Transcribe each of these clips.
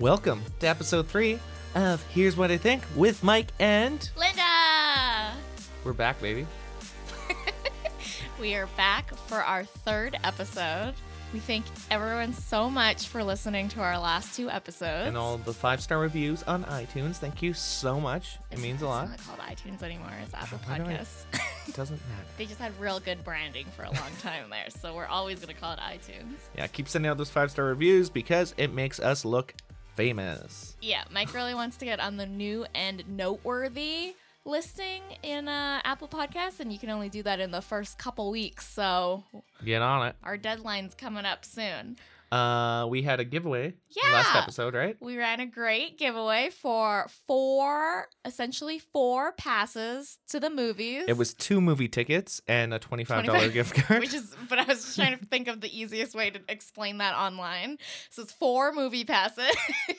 Welcome to episode three of Here's What I Think with Mike and. Linda! We're back, baby. We are back for our third episode. We thank everyone so much for listening to our last two episodes. And all the five star reviews on iTunes. Thank you so much. It It's- means a it's lot. not called iTunes anymore, it's Apple Why do I- Podcasts. It doesn't matter. they just had real good branding for a long time there, so we're always going to call it iTunes. Yeah, keep sending out those five star reviews because it makes us look famous. Yeah, Mike really wants to get on the new and noteworthy listing in uh, Apple Podcasts, and you can only do that in the first couple weeks. So Get on it. our deadline's coming up soon. Uh, we had a giveaway Yeah. last episode, right? We ran a great giveaway for four, essentially four passes to the movies. It was two movie tickets and a $25, gift card. Which is, but I was trying to think of the easiest way to explain that online. So it's four movie passes,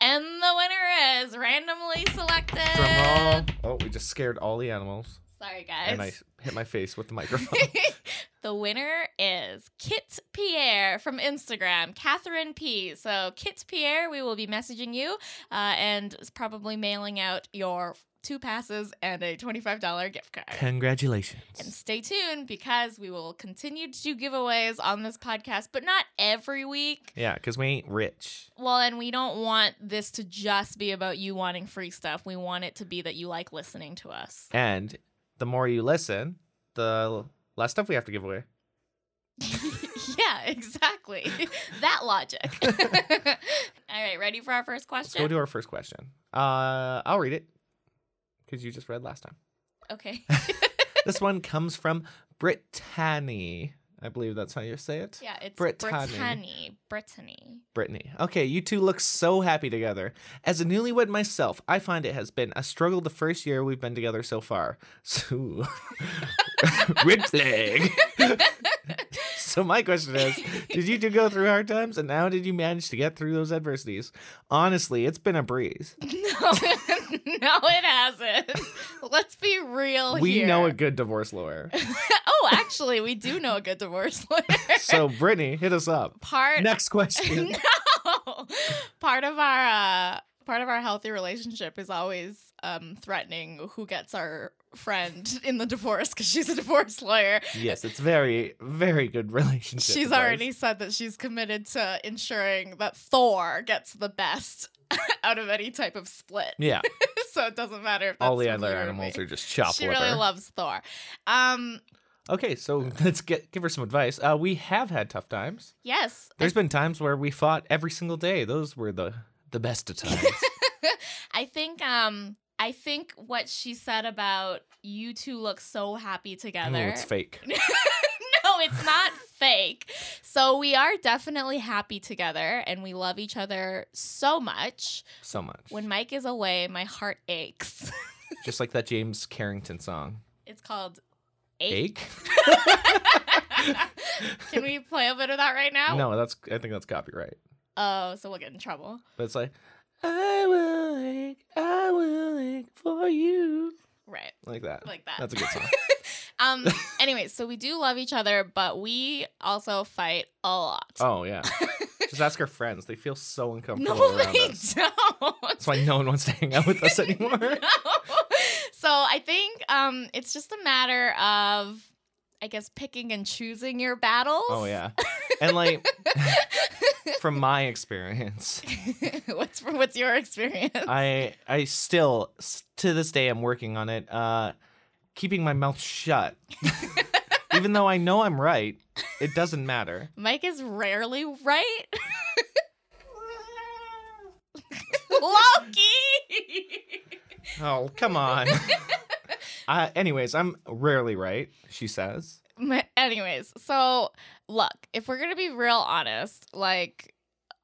and the winner is randomly selected. Drum roll. Oh, we just scared all the animals. Sorry, guys. And I hit my face with the microphone. the winner is Kit Pierre from Instagram, Catherine P. So, Kit Pierre, we will be messaging you uh, and probably mailing out your two passes and a $25 gift card. And Congratulations. stay tuned because we will continue to do giveaways on this podcast, but not every week. Yeah, because we ain't rich. Well, and we don't want this to just be about you wanting free stuff. We want it to be that you like listening to us. And the more you listen, the less stuff we have to give away. yeah, exactly. that logic. All right, ready for our first Let's go question? to our first question. Uh, I'll read it because you just read last time. okay. this one comes from Brittany. I believe that's how you say it. Yeah, it's Brittany. Brittany. Brittany. Brittany. Okay, you two look so happy together. As a newlywed myself, I find it has been a struggle the first year we've been together so far. So, red flag. so my question is, did you two go through hard times, and how did you manage to get through those adversities? Honestly, it's been a breeze. No, no, it hasn't. Let's be real we here. know a good divorce lawyer. oh, actually, we do know a good divorce lawyer. so Brittany, hit us up. Part Next question. no. Part of our uh, part of our healthy relationship is always um, threatening who gets our friend in the divorce because she's a divorce lawyer. yes, it's very, very good relationship. She's advice. already said that she's committed to ensuring that Thor gets the best out of any type of split. Yeah, so it doesn't matter if that's all the with you other or animals me. are just chopped. She really loves Thor. Um, Okay, so let's get give her some advice. Uh, we have had tough times. yes, There's been times where we fought every single day. Those were the the best of times. I think um I think what she said about you two look so happy Ooh, together. it's fake. no, it's not fake. So we are definitely happy together and we love each other so much. So much. When Mike is away, my heart aches. Just like that James Carrington song. It's called Ache. Ache? Can we play a bit of that right now? No, that's I think that's copyright. Oh, so we'll get in trouble. But it's like I will ache, I will ache for you. Right. Like that. Like that. That's a good song. Um anyway, so we do love each other, but we also fight a lot. oh yeah. Just ask our friends. They feel so uncomfortable No, around they us. don't. That's why no one wants to hang out with us anymore. No. So I think um, it's just a matter of, I guess, picking and choosing your battles. Oh yeah. And like from my experience, what's what's your experience? I I still s- to this day I'm working on it. Uh keeping my mouth shut. Even though I know I'm right, it doesn't matter. Mike is rarely right. Loki. Oh, come on. uh, anyways, I'm rarely right, she says. Ma- anyways, so look, if we're gonna be real honest, like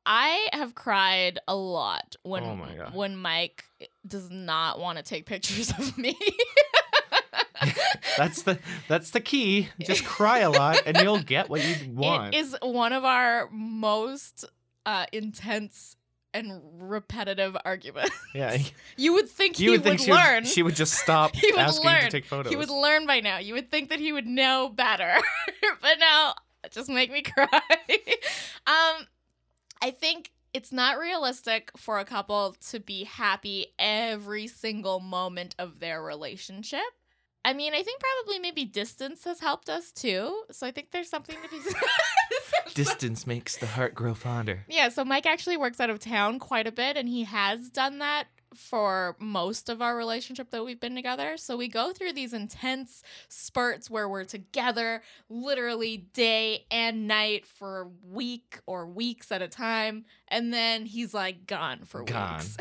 I have cried a lot when Oh my God. when Mike does not want to take pictures of me. That's the that's the key. Just cry a lot and you'll get what you want. It is one of our most uh, intense and repetitive arguments. yeah. You would think You he would would, think she learn. would, she would just stop He would asking to learn. take photos. he would learn by now. You would think that he would know better, but no, just make me cry. um, I think it's not realistic for a couple to be happy every single moment of their relationship. I mean, I think probably maybe distance has helped us too. So I think there's something to be Distance makes the heart grow fonder. Yeah, so Mike actually works out of town quite a bit, and he has done that for most of our relationship that we've been together. So we go through these intense spurts where we're together literally day and night for a week or weeks at a time, and then he's like gone for Gone. weeks.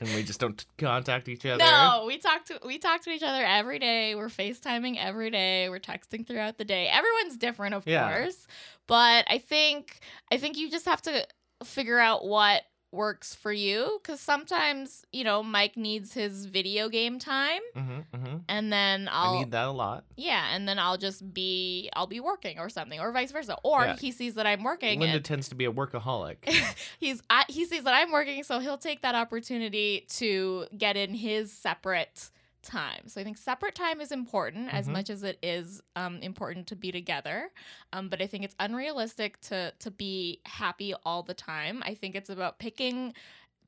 And we just don't contact each other. No, we talk to we talk to each other every day. We're FaceTiming every day. We're texting throughout the day. Everyone's different, of Yeah. course. But I think I think you just have to figure out what works for you cuz sometimes, you know, Mike needs his video game time hmm hmm and then I'll I need that a lot. Yeah, and then I'll just be I'll be working or something or vice versa. Or Yeah. he sees that I'm working Linda and- tends to be a workaholic. he's I, he sees that I'm working, so he'll take that opportunity to get in his separate time. So I think separate time is important as Mhm. much as it is um, important to be together. Um, but I think it's unrealistic to to be happy all the time. I think it's about picking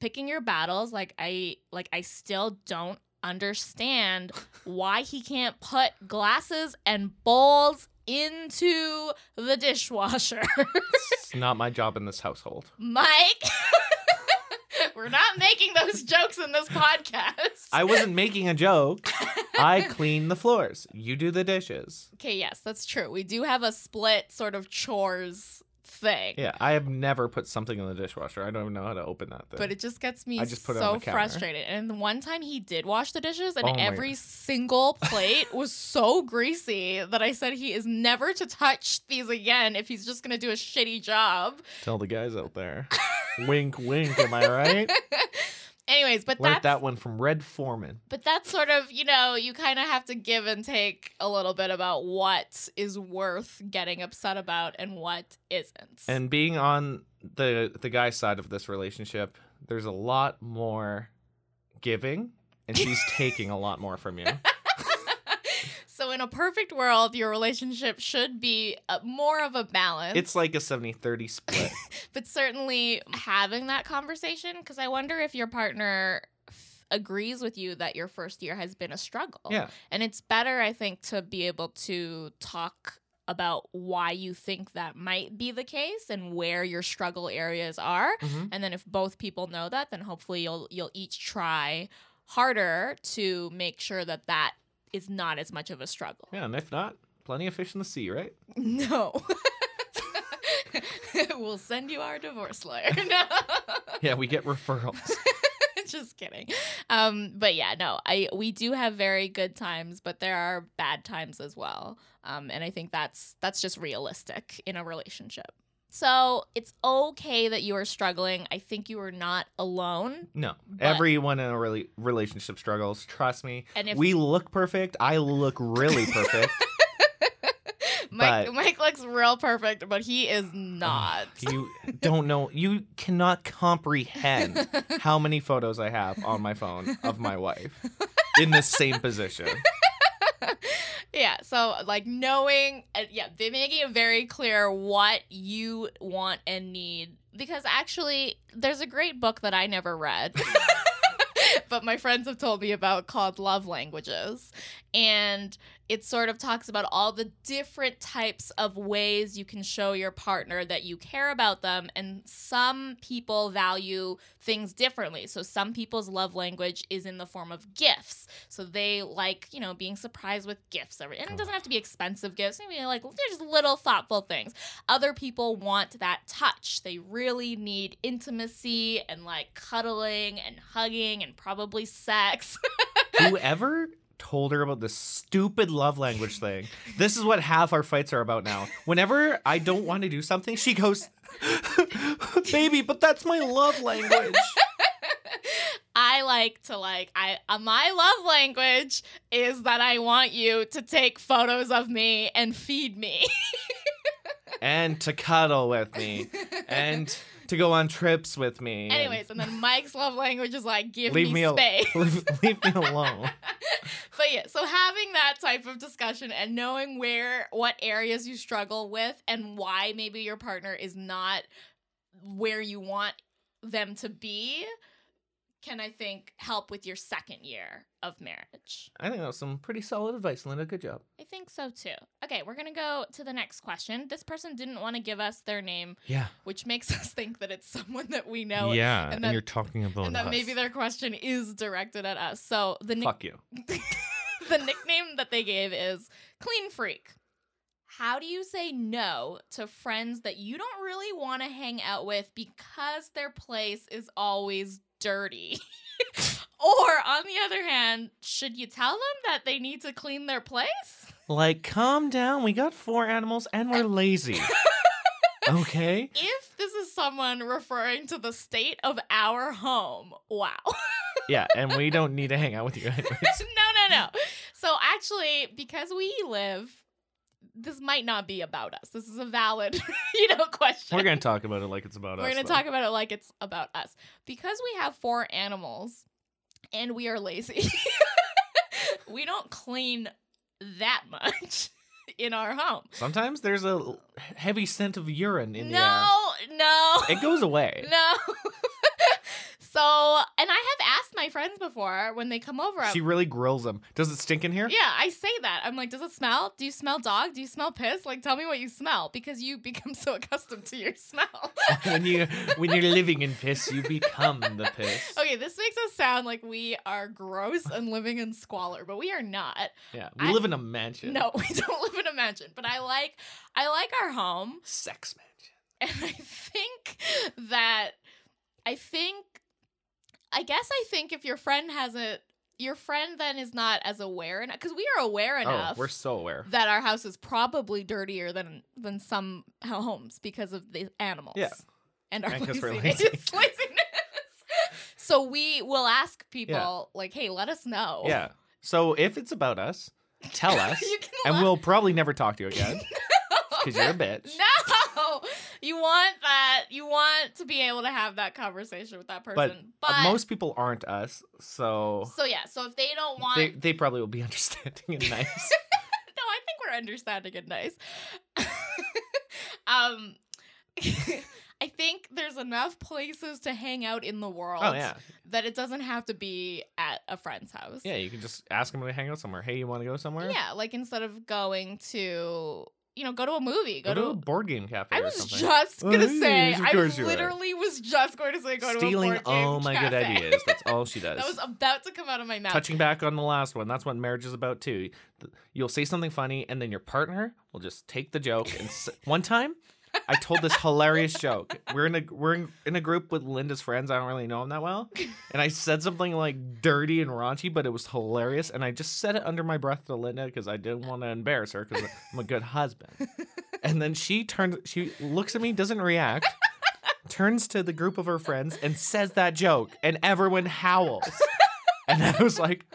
picking your battles. Like I like I still don't understand why he can't put glasses and bowls into the dishwasher. it's not my job in this household. Mike, we're not making those jokes in this podcast. I wasn't making a joke. I clean the floors. You do the dishes. okay, yes, that's true. We do have a split sort of chores thing. Yeah, I have never put something in the dishwasher. I don't even know how to open that thing. But it just gets me I just put it on so the counter. frustrated. And the one time he did wash the dishes, and Oh my- every single plate was so greasy that I said he is never to touch these again if he's just gonna do a shitty job. Tell the guys out there. wink, wink. Am I right? Anyways, but Learned that's that one from Red Foreman. But that's sort of, you know, you kind of have to give and take a little bit about what is worth getting upset about and what isn't. And being on the the guy side of this relationship, there's a lot more giving, and she's taking a lot more from you. so, in a perfect world, your relationship should be a, more of a balance. It's like a 70-30 split. but certainly having that conversation, because I wonder if your partner f- agrees with you that your first year has been a struggle. Yeah. And it's better, I think, to be able to talk about why you think that might be the case and where your struggle areas are. Mhm. And then if both people know that, then hopefully you'll you'll each try harder to make sure that that is not as much of a struggle. Yeah, and if not, plenty of fish in the sea, right? No. we'll send you our divorce lawyer. No. Yeah, we get referrals. Just kidding. Um, but yeah, no, I we do have very good times, but there are bad times as well. Um, and I think that's that's just realistic in a relationship. So it's okay that you are struggling. I think you are not alone. No, But- everyone in a really relationship struggles. Trust me. And if we look perfect. I look really perfect. Mike but- Mike looks real perfect, but he is not. you don't know. You cannot comprehend how many photos I have on my phone of my wife in the same position. yeah so like knowing uh, yeah they making it very clear what you want and need because actually there's a great book that i never read but my friends have told me about called love languages and it sort of talks about all the different types of ways you can show your partner that you care about them and some people value things differently so some people's love language is in the form of gifts so they like, you know, being surprised with gifts. every- And it Uh-huh. doesn't have to be expensive gifts. Maybe like they're just little thoughtful things. Other people want that touch. They really need intimacy and like cuddling and hugging and probably sex. Whoever told her about this stupid love language thing, this is what half our fights are about now. Whenever I don't want to do something, she goes, Baby, but that's my love language. I like to like I uh, my love language is that I want you to take photos of me and feed me. And to cuddle with me. And to go on trips with me. and- Anyways, and then Mike's love language is like give Leave me me al- space. leave, leave me alone. but yeah, so having that type of discussion and knowing where what areas you struggle with and why maybe your partner is not where you want them to be can I think help with your second year of marriage. I think that was some pretty solid advice, Linda. Good job. I think so too. Okay, we're going to go to the next question. This person didn't want to give us their name, Yeah. which makes us think that it's someone that we know yeah. and And, that- you're talking about and that us. maybe their question is directed at us. So the nick- Fuck you. the nickname that they gave is Clean Freak. How do you say no to friends that you don't really want to hang out with because their place is always dirty? or on the other hand, should you tell them that they need to clean their place? Like, calm down. We got four animals and we're lazy. okay. If this is someone referring to the state of our home, wow. Yeah, and we don't need to hang out with you anyways. no, no, no. So actually, because we live, this might not be about us. This is a valid, you know, question. We're gonna talk about it like it's about We're us. gonna though. talk about it like it's about us because we have four animals, and we are lazy. we don't clean that much in our home. Sometimes there's a l- heavy scent of urine in the air. no, no. It goes away. No. so, and I have asked my friends before when they come over. I'm- She really grills them. Does it stink in here? yeah, I say that. I'm like, does it smell? Do you smell dog? Do you smell piss? Like, tell me what you smell because you become so accustomed to your smell. when you when you're living in piss, you become the piss. okay, this makes us sound like we are gross and living in squalor, but we are not. Yeah, we I- live in a mansion. No, we don't live in a mansion. But I like, I like our home. sex mansion. and I think that I think I guess I think if your friend hasn't your friend then is not as aware enough because we are aware enough Oh, we're so aware. that our house is probably dirtier than than some ho- homes because of the animals Yeah. and our And 'cause laziness. we're lazy. laziness. so we will ask people like, "Hey, let us know." Yeah. So if it's about us, tell us, you can and let- we'll probably never talk to you again because you're a bitch. Uh, No, you want that. You want to be able to have that conversation with that person. But, Uh, most people aren't us, so so yeah. So if they don't want, they, they probably will be understanding and nice. no, I think we're understanding and nice. um, I think there's enough places to hang out in the world oh yeah, that it doesn't have to be at a friend's house. yeah. You can just ask them to hang out somewhere. Hey, you want to go somewhere? Yeah, like instead of going to, you know, go to a movie, Go, go, to, to. a board game cafe. I or was something. just Oh, gonna yes, say. of I course you are. literally was just going to say go stealing to a board game all my good cafe. ideas. That's all she does. That was about to come out of my mouth. Touching back on the last one, that's what marriage is about too. Th- You'll say something funny, and then your partner will just take the joke. And s- one time, I told this hilarious joke. We're in a we're in, in a group with Linda's friends. I don't really know them that well, and I said something like dirty and raunchy, but it was hilarious. And I just said it under my breath to Linda because I didn't want to embarrass her because I'm a good husband. And then she turns, she looks at me, doesn't react. Turns to the group of her friends and says that joke, and everyone howls. And I was like,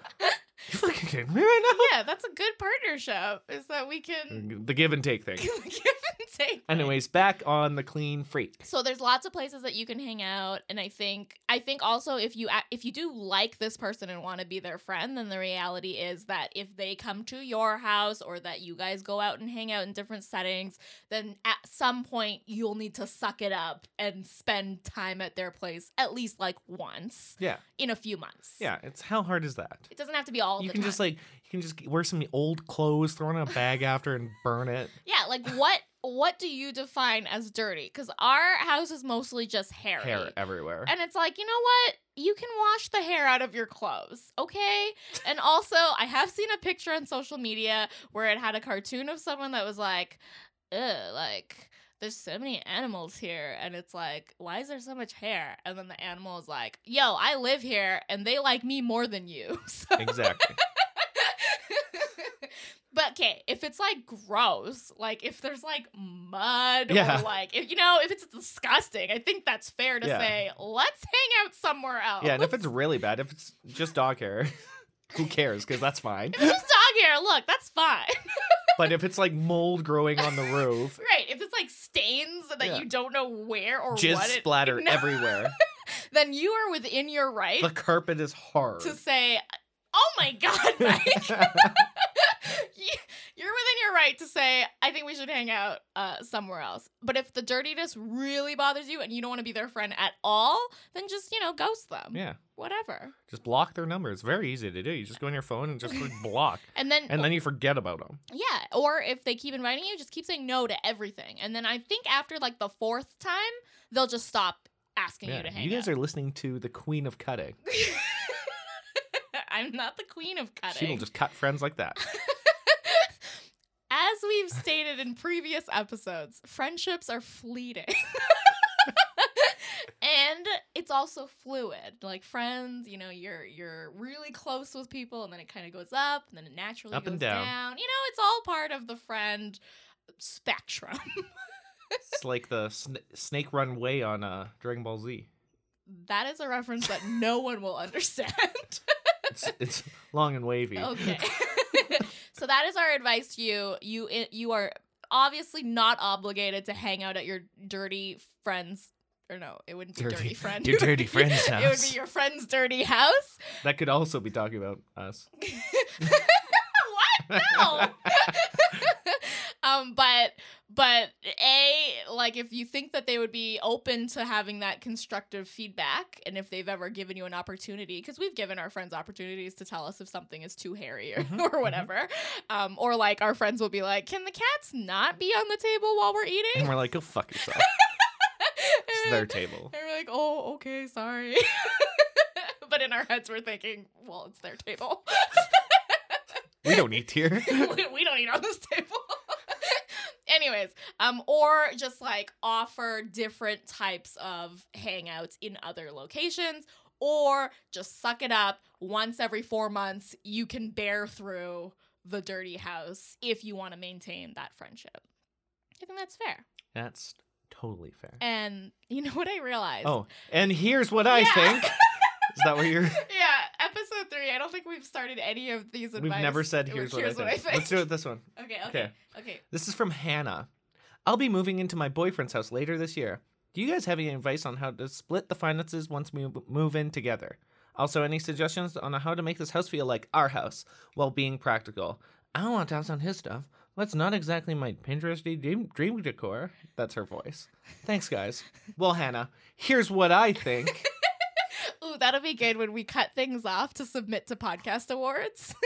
you fucking kidding me right yeah, that's a good partnership. Is that we can now? The give and take thing. give and take. Anyways, back on the clean freak. So there's lots of places that you can hang out, and I think I think also if you a- if you do like this person and want to be their friend, then the reality is that if they come to your house or that you guys go out and hang out in different settings, then at some point you'll need to suck it up and spend time at their place at least like once Yeah. in a few months. Yeah. It's how hard is that? it doesn't have to be all. You the can time. just like, you can just wear some old clothes, throw in a bag after and burn it. Yeah, like what what do you define as dirty? Because our house is mostly just hairy. Hair everywhere. And it's like, you know what? You can wash the hair out of your clothes, okay? And also, I have seen a picture on social media where it had a cartoon of someone that was like, ugh, like, there's so many animals here. And it's like, why is there so much hair? And then the animal is like, yo, I live here and they like me more than you. So exactly. but okay, if it's like gross, like if there's like mud Yeah. or like if you know if it's disgusting, I think that's fair to Yeah. say let's hang out somewhere else. Yeah. And if it's really bad, if it's just dog hair, who cares? Because that's fine. If it's just dog hair, look, that's fine. But if it's like mold growing on the roof, right? If it's like stains that Yeah. you don't know where or jizz what, it, splatter No. everywhere, then you are within your right the carpet is hard. to say, "Oh my god, Mike, you, You're within your right to say, I think we should hang out uh, somewhere else. But if the dirtiness really bothers you and you don't want to be their friend at all, then just, you know, ghost them. Yeah. Whatever. Just block their number. It's very easy to do. You just go on your phone and just click block. And then, And then you forget about them. yeah. Or if they keep inviting you, just keep saying no to everything. And then I think after like the fourth time, they'll just stop asking you to hang you guys out. are listening to the queen of cutting. I'm not the queen of cutting. She will just cut friends like that. As we've stated in previous episodes, friendships are fleeting. and it's also fluid. Like friends, you know, you're you're really close with people and then it kind of goes up and then it naturally Up goes and down. You know, it's all part of the friend spectrum. It's like the sn- snake run way on uh, Dragon Ball Z. that is a reference that no one will understand. It's, it's long and wavy. okay. so that is our advice to you. You you are obviously not obligated to hang out at your dirty friends or no, it wouldn't be dirty, Dirty- friend. your dirty friend's It would house. be your friend's dirty house. That could also be talking about us. what? No. um, but but a like if you think that they would be open to having that constructive feedback, and if they've ever given you an opportunity, because we've given our friends opportunities to tell us if something is too hairy or, Mhm, or mhm. whatever, um, or like our friends will be like, "Can the cats not be on the table while we're And eating?" we're like, go fuck yourself. It's their table. And we're like, oh, okay, sorry. but in our heads, we're thinking, well, it's their table. We don't eat here. we we don't eat on this table. Anyways, um, or just like offer different types of hangouts in other locations, or just suck it up. Once every four months, you can bear through the dirty house if you want to maintain that friendship. I think that's fair. That's totally fair. And you know what I realized? Oh, and here's what I Yeah. think. Is that what you're? Yeah, episode three. I don't think we've started any of these. We've advice- never said here's, with what, I think. Let's do it this one. Okay, okay, okay. This is from Hannah. I'll be moving into my boyfriend's house later this year. Do you guys have any advice on how to split the finances once we move in together? Also, any suggestions on how to make this house feel like our house while being practical? I don't want to house on his stuff. That's not exactly my Pinteresty dream, dream decor. That's her voice. Thanks, guys. Well, Hannah, here's what I think. Ooh, that'll be good when we cut things off to submit to podcast awards.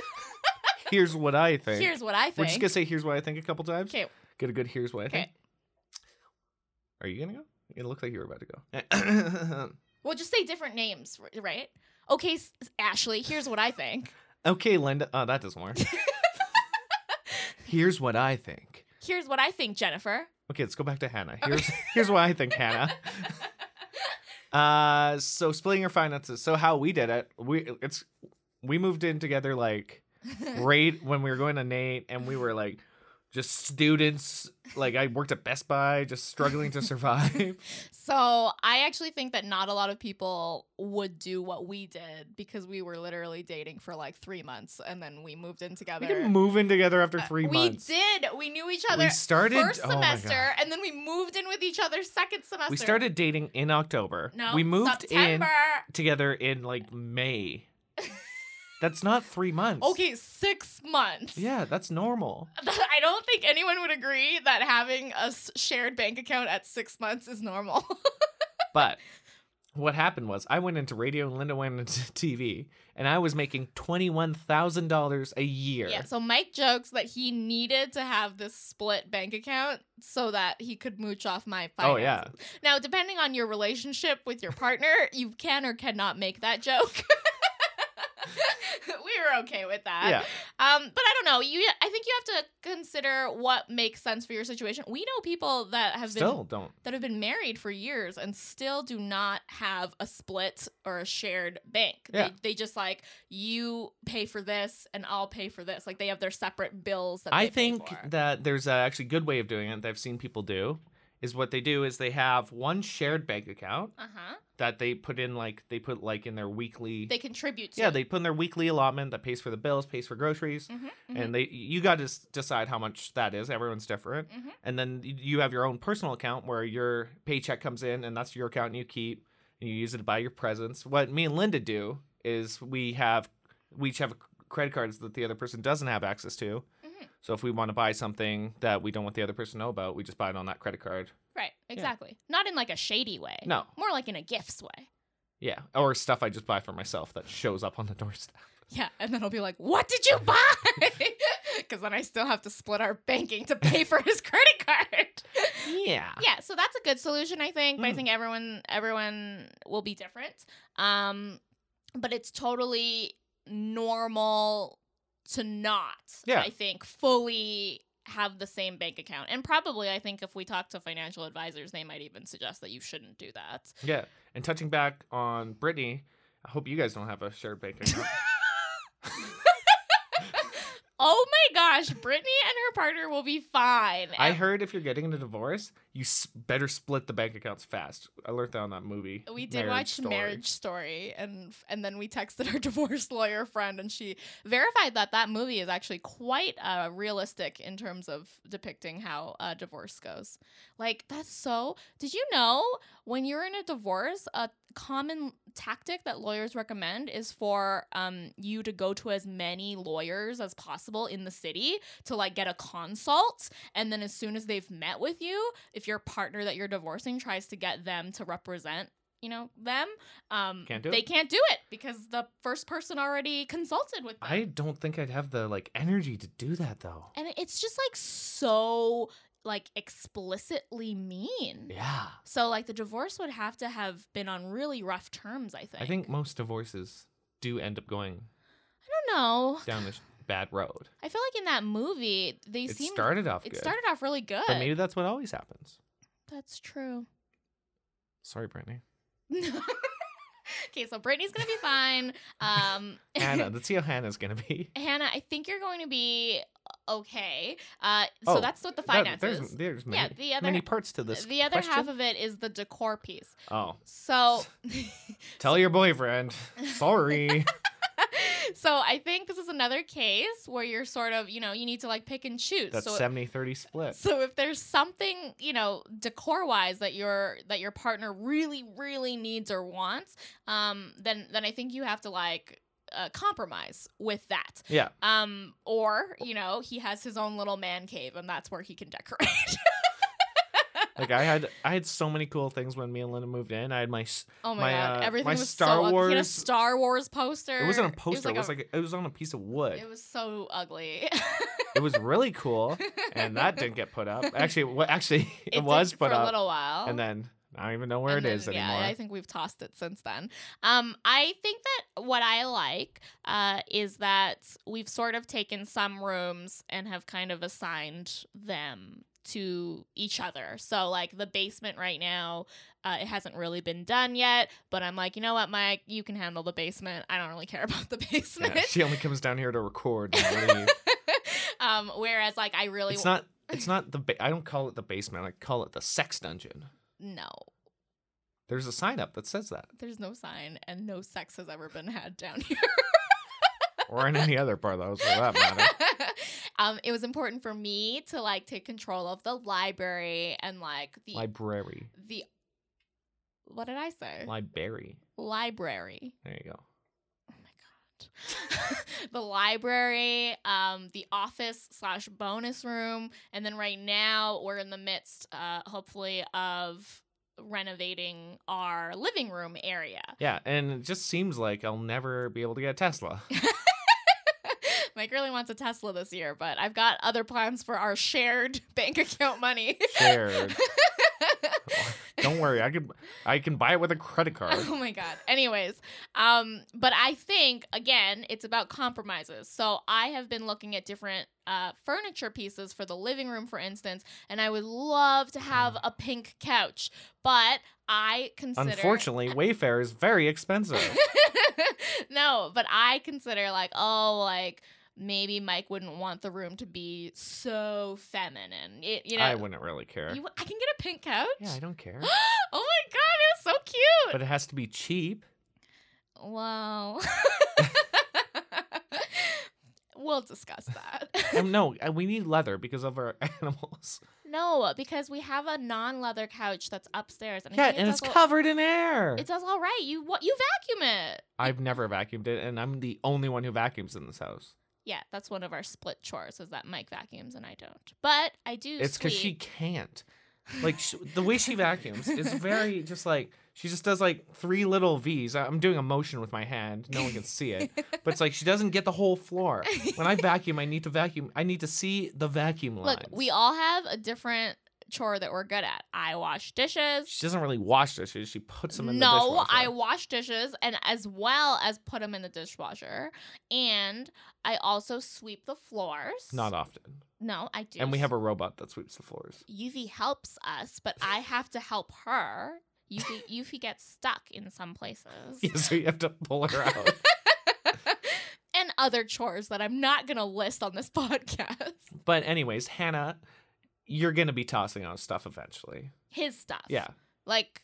Here's what I think. Here's what I We're just think. gonna say here's what I think a couple times. 'Kay. Get a good here's what I think. 'Kay. Are you gonna go? It looked like you were about to go. We'll just say different names, r- right? Okay, S- Ashley. Here's what I think. okay, Linda. Oh, that doesn't work. here's what I think. Here's what I think, Jennifer. Okay, let's go back to Hannah. Here's here's what I think, Hannah. Uh, so splitting your finances. So how we did it, we it's we moved in together like Mm. right when we were going to Nate, and we were like just students. Like I worked at Best Buy, just struggling to survive. So I actually think that not a lot of people would do what we did because we were literally dating for like three months and then we moved in together. We didn't move in together after Uh, three we months. did. We knew each other We started first oh my semester, God. and then we moved in with each other second semester. We started dating in October. No, we moved September. in together in like May. that's not three months. Okay, six months. Yeah, that's normal. I don't think anyone would agree that having a s- shared bank account at six months is normal. But what happened was I went into radio and Linda went into TV, and I was making twenty one thousand dollars a year. Yeah, so Mike jokes that he needed to have this split bank account so that he could mooch off my Oh finances. yeah, Now, depending on your relationship with your partner, you can or cannot make that joke. we were okay with that. yeah. Um, but I don't know. You, I think you have to consider what makes sense for your situation. We know people that have been Still don't. that have been married for years and still do not have a split or a shared bank. Yeah. They, they just like you pay for this and I'll pay for this. Like they have their separate bills that I they pay think for. that there's a actually good way of doing it that I've seen people do. Is what they do is they have one shared bank account uh-huh. that they put in like they put like in their weekly They contribute to yeah they put in their weekly allotment that pays for the bills pays for groceries Mhm, and they you got to s- decide how much that is everyone's different Mhm. and then y- you have your own personal account where your paycheck comes in and that's your account and you keep and you use it to buy your presents what me and linda do is we have we each have credit cards that the other person doesn't have access to Mhm. So if we want to buy something that we don't want the other person to know about, we just buy it on that credit card. Right. Exactly. Not in like a shady way. No. More like in a gifts way. Yeah. Or stuff I just buy for myself that shows up on the doorstep. Yeah, and then I'll be like, "What did you buy?" Because then I still have to split our banking to pay for his credit card. Yeah. yeah, so that's a good solution, I think. But I Mm. think everyone everyone will be different. Um, but it's totally normal to not. Yeah. I think fully have the same bank account, and probably I think if we talk to financial advisors, they might even suggest that you shouldn't do that. Yeah. And touching back on Brittany, I hope you guys don't have a shared bank account. Oh my gosh, Brittany and her partner will be fine. I And heard if you're getting a divorce, you s- better split the bank accounts fast. I learned that on that movie. we did Marriage watch Story. Marriage Story, and and then we texted our divorce lawyer friend, and she verified that that movie is actually quite uh, realistic in terms of depicting how uh, divorce goes. Like that's so. Did you know when you're in a divorce, uh, a common tactic that lawyers recommend is for um, you to go to as many lawyers as possible in the city to like get a consult and then as soon as they've met with you if your partner that you're divorcing tries to get them to represent you know them um Can't do they it. can't do it because the first person already consulted with them I don't think I'd have the like energy to do that though. and it's just like so like explicitly mean Yeah. so like the divorce would have to have been on really rough terms i think I think most divorces do end up going i don't know down this bad road. i feel like in that movie they It seemed started off it good. started off really good But maybe that's what always happens. that's true Sorry, Brittany. okay, so Brittany's gonna be fine. Um, Hannah, that's how Hannah's gonna be. Hannah, I think you're going to be okay. Uh, so Oh, that's what the That- finances. there's there's many, yeah, the other many parts to this. the other half question. of it is the decor piece. Oh, So tell your boyfriend. Sorry. so I think this is another case where you're sort of you know you need to like pick and choose. That's so 70 30 split. So if there's something, you know, decor wise that your that your partner really, really needs or wants, um, then then I think you have to like uh, compromise with that. Yeah. Um, or you know, he has his own little man cave, and that's where he can decorate. Like I had I had so many cool things when me and Linda moved in. I had my s- oh My, my, god, uh, everything my was Star so ugly. He had a Wars- Star Wars poster. it wasn't a poster. it It was like, was like it was on a piece of wood. a- it was so ugly. It was really cool, and that didn't get put up. Actually, what actually it, did was put for up, a little while, and then I don't even know where And it then, is anymore. Yeah, I think we've tossed it since then. Um, I think that what I like uh, is that we've sort of taken some rooms and have kind of assigned them to each other. So like the basement right now, uh, it hasn't really been done yet. But I'm like, you know what, Mike, you can handle the basement. I don't really care about the Yeah, basement. she only comes down here to record. And leave. um, whereas like I really it's not. It's not the. Ba- I don't call it the basement. I call it the sex dungeon. no. There's a sign up that says that, There's no sign and no sex has ever been had down here. or in any other part of the house for that matter. um, it was important for me to like take control of the library and like the Library, the what did I say? library. library. There you go. Oh my god. the library, um, the office slash bonus room, and then right now we're in the midst, uh, hopefully, of renovating our living room area. Yeah, and it just seems like I'll never be able to get a Tesla. Oh, Mike really wants a Tesla this year, but I've got other plans for our shared bank account money. Shared. Don't worry, I can I can buy it with a credit card. Oh my god. Anyways, um, but I think again, it's about compromises. So I have been looking at different uh, furniture pieces for the living room, for instance, and I would love to Mm. have a pink couch, but I consider Unfortunately, Wayfair is very expensive. no, but I consider like, oh, like maybe Mike wouldn't want the room to be so feminine. It, you know, I wouldn't really care. you, I can get a pink couch. Yeah, I don't care. oh my god, it was so cute. But it has to be cheap. Wow. we'll discuss that. Um, no, uh, we need leather because of our animals. no, because we have a non-leather couch that's upstairs, and I Yeah, think and it's also, covered in air. It does all right. You what? You vacuum it. I've never vacuumed it, and I'm the only one who vacuums in this house. Yeah, that's one of our split chores is that Mike vacuums and I don't. But I do It's because she sweep. can't. Like sh the way she vacuums is very just like she just does like three little V's. I- I'm doing a motion with my hand. No one can see it, but it's like she doesn't get the whole floor. When I vacuum, I need to vacuum. I need to see the vacuum lines. Look, we all have a different chore that we're good at. I wash dishes. She doesn't really wash dishes. She puts them in the no, dishwasher. I wash dishes and as well as put them in the dishwasher. And I also sweep the floors. Not often. No, I do. And we have a robot that sweeps the floors. Yuffie helps us, but I have to help her. Yuffie, Yuffie gets stuck in some places. Yeah, so you have to pull her out. and other chores that I'm not going to list on this podcast. but anyways, Hannah, you're gonna be tossing on stuff eventually. His stuff. Yeah. Like,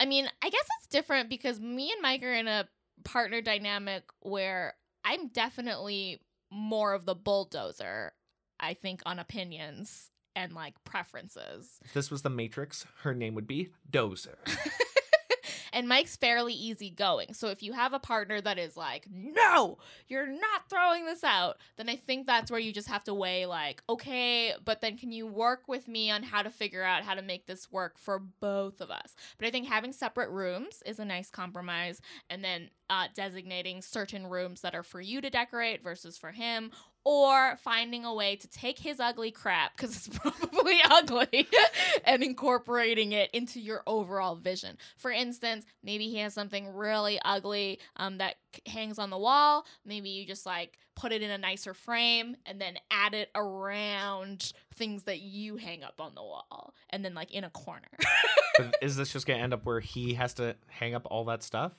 I mean, I guess it's different because me and Mike are in a partner dynamic where I'm definitely more of the bulldozer, I think, on opinions and like preferences. If this was the Matrix, her name would be Dozer. and Mike's fairly easygoing. So if you have a partner that is like, no, you're not throwing this out, then I think that's where you just have to weigh, like, okay, but then can you work with me on how to figure out how to make this work for both of us? But I think having separate rooms is a nice compromise. And then uh, designating certain rooms that are for you to decorate versus for him. Or finding a way to take his ugly crap, because it's probably ugly, and incorporating it into your overall vision. For instance, maybe he has something really ugly um, that c- hangs on the wall. Maybe you just like put it in a nicer frame and then add it around things that you hang up on the wall and then like in a corner. But is this just gonna end up where he has to hang up all that stuff?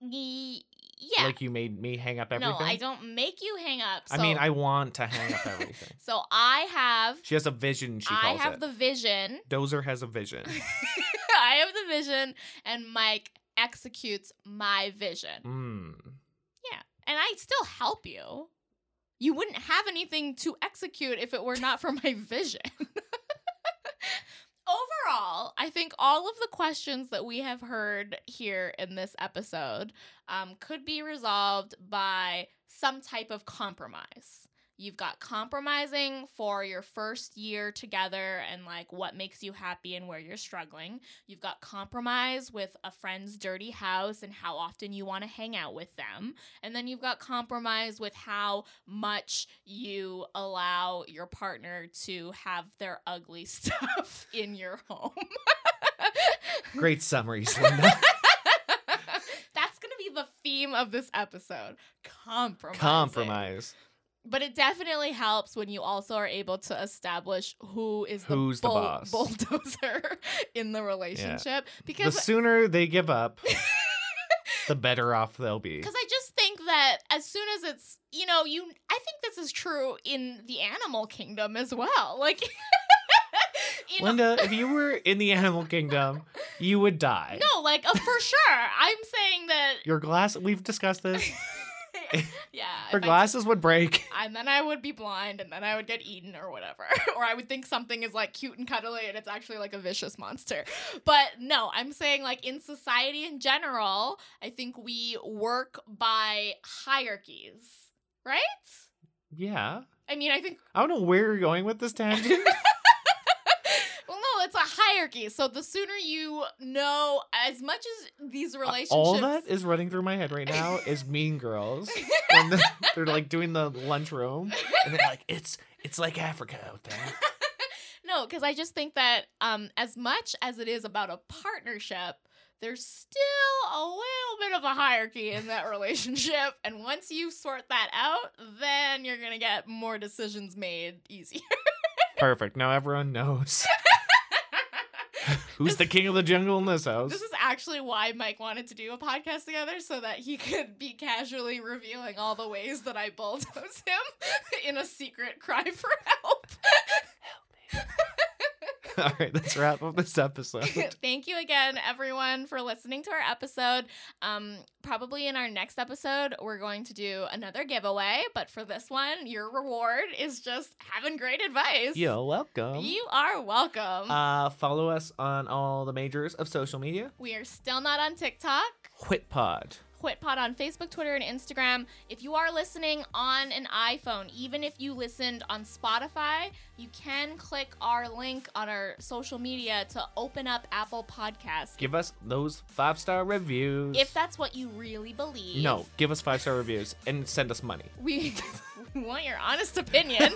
Ye- yeah. Like you made me hang up everything? no, I don't make you hang up. So, I mean, I want to hang up everything. So I have. she has a vision, she I calls have it. the vision. Dozer has a vision. I have the vision, and Mike executes my vision. Mm. and I still help you. You wouldn't have anything to execute if it were not for my vision. Overall, I think all of the questions that we have heard here in this episode um, could be resolved by some type of compromise. You've got compromising for your first year together and like what makes you happy and where you're struggling. You've got compromise with a friend's dirty house and how often you want to hang out with them. And then you've got compromise with how much you allow your partner to have their ugly stuff in your home. Great summaries, Linda. That's going to be the theme of this episode compromise. Compromise. But it definitely helps when you also are able to establish who is Who's the bull- boss? bulldozer in the relationship. The Because sooner they give up, the better off they'll be. Because I just think that as soon as it's, you know, you, I think this is true in the animal kingdom as well. Like, you know, Linda, if you were in the animal kingdom, you would die. no, like uh, for sure. I'm saying that, Your glass, we've discussed this. yeah. Her if I- glasses would break. and then I would be blind, and then I would get eaten or whatever, or I would think something is like cute and cuddly, and it's actually like a vicious monster. But no, I'm saying like in society in general, I think we work by hierarchies, right? Yeah. I mean, I think I don't know where you're going with this tangent. well, no, it's a hierarchy. So the sooner you know, as much as these relationships, Uh, All that is running through my head right now is Mean Girls. when the, they're like doing the lunchroom, and they're like, "It's it's like Africa out there." no, because I just think that um, as much as it is about a partnership, there's still a little bit of a hierarchy in that relationship. And once you sort that out, then you're gonna get more decisions made easier. Perfect. Now everyone knows who's the king of the jungle in this house. This is actually why Mike wanted to do a podcast together so that he could be casually revealing all the ways that I bulldoze him in a secret cry for help. All right, let's wrap up this episode. Thank you again, everyone, for listening to our episode. Um, probably in our next episode, we're going to do another giveaway, but for this one, your reward is just having great advice. You're welcome. You are welcome. Uh, follow us on all the majors of social media. we are still not on TikTok. Whitpod. WhitPod on Facebook, Twitter, and Instagram. If you are listening on an iPhone, even if you listened on Spotify, you can click our link on our social media to open up Apple Podcasts. Give us those five star reviews. If that's what you really believe. no, give us five star reviews and send us money. We, we want your honest opinion.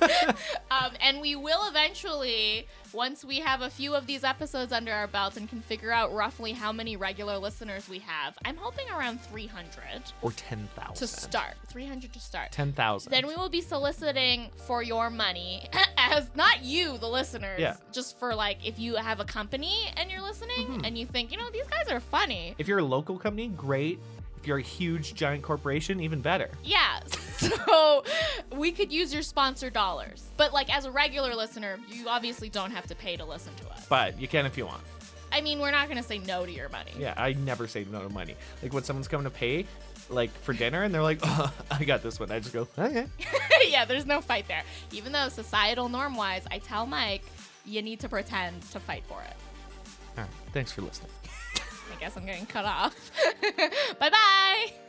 um, and we will eventually, once we have a few of these episodes under our belts and can figure out roughly how many regular listeners we have, I'm hoping around 300 Or 10,000. to start. 300 to start. 10,000. Then we will be soliciting for your money as not you, the listeners, Yeah. just for like if you have a company and you're listening and you think, you know, these guys are funny. If you're a local company, great. If you're a huge, giant corporation, even better. Yeah, so we could use your sponsor dollars. But like as a regular listener, you obviously don't have to pay to listen to us. But you can if you want. I mean, we're not going to say no to your money. Yeah, I never say no to money. Like when someone's coming to pay, like for dinner, and they're like, oh, I got this one. I just go, okay. yeah, there's no fight there. Even though societal norm wise, I tell Mike, you need to pretend to fight for it. All right. Thanks for listening. I guess I'm getting cut off. bye bye.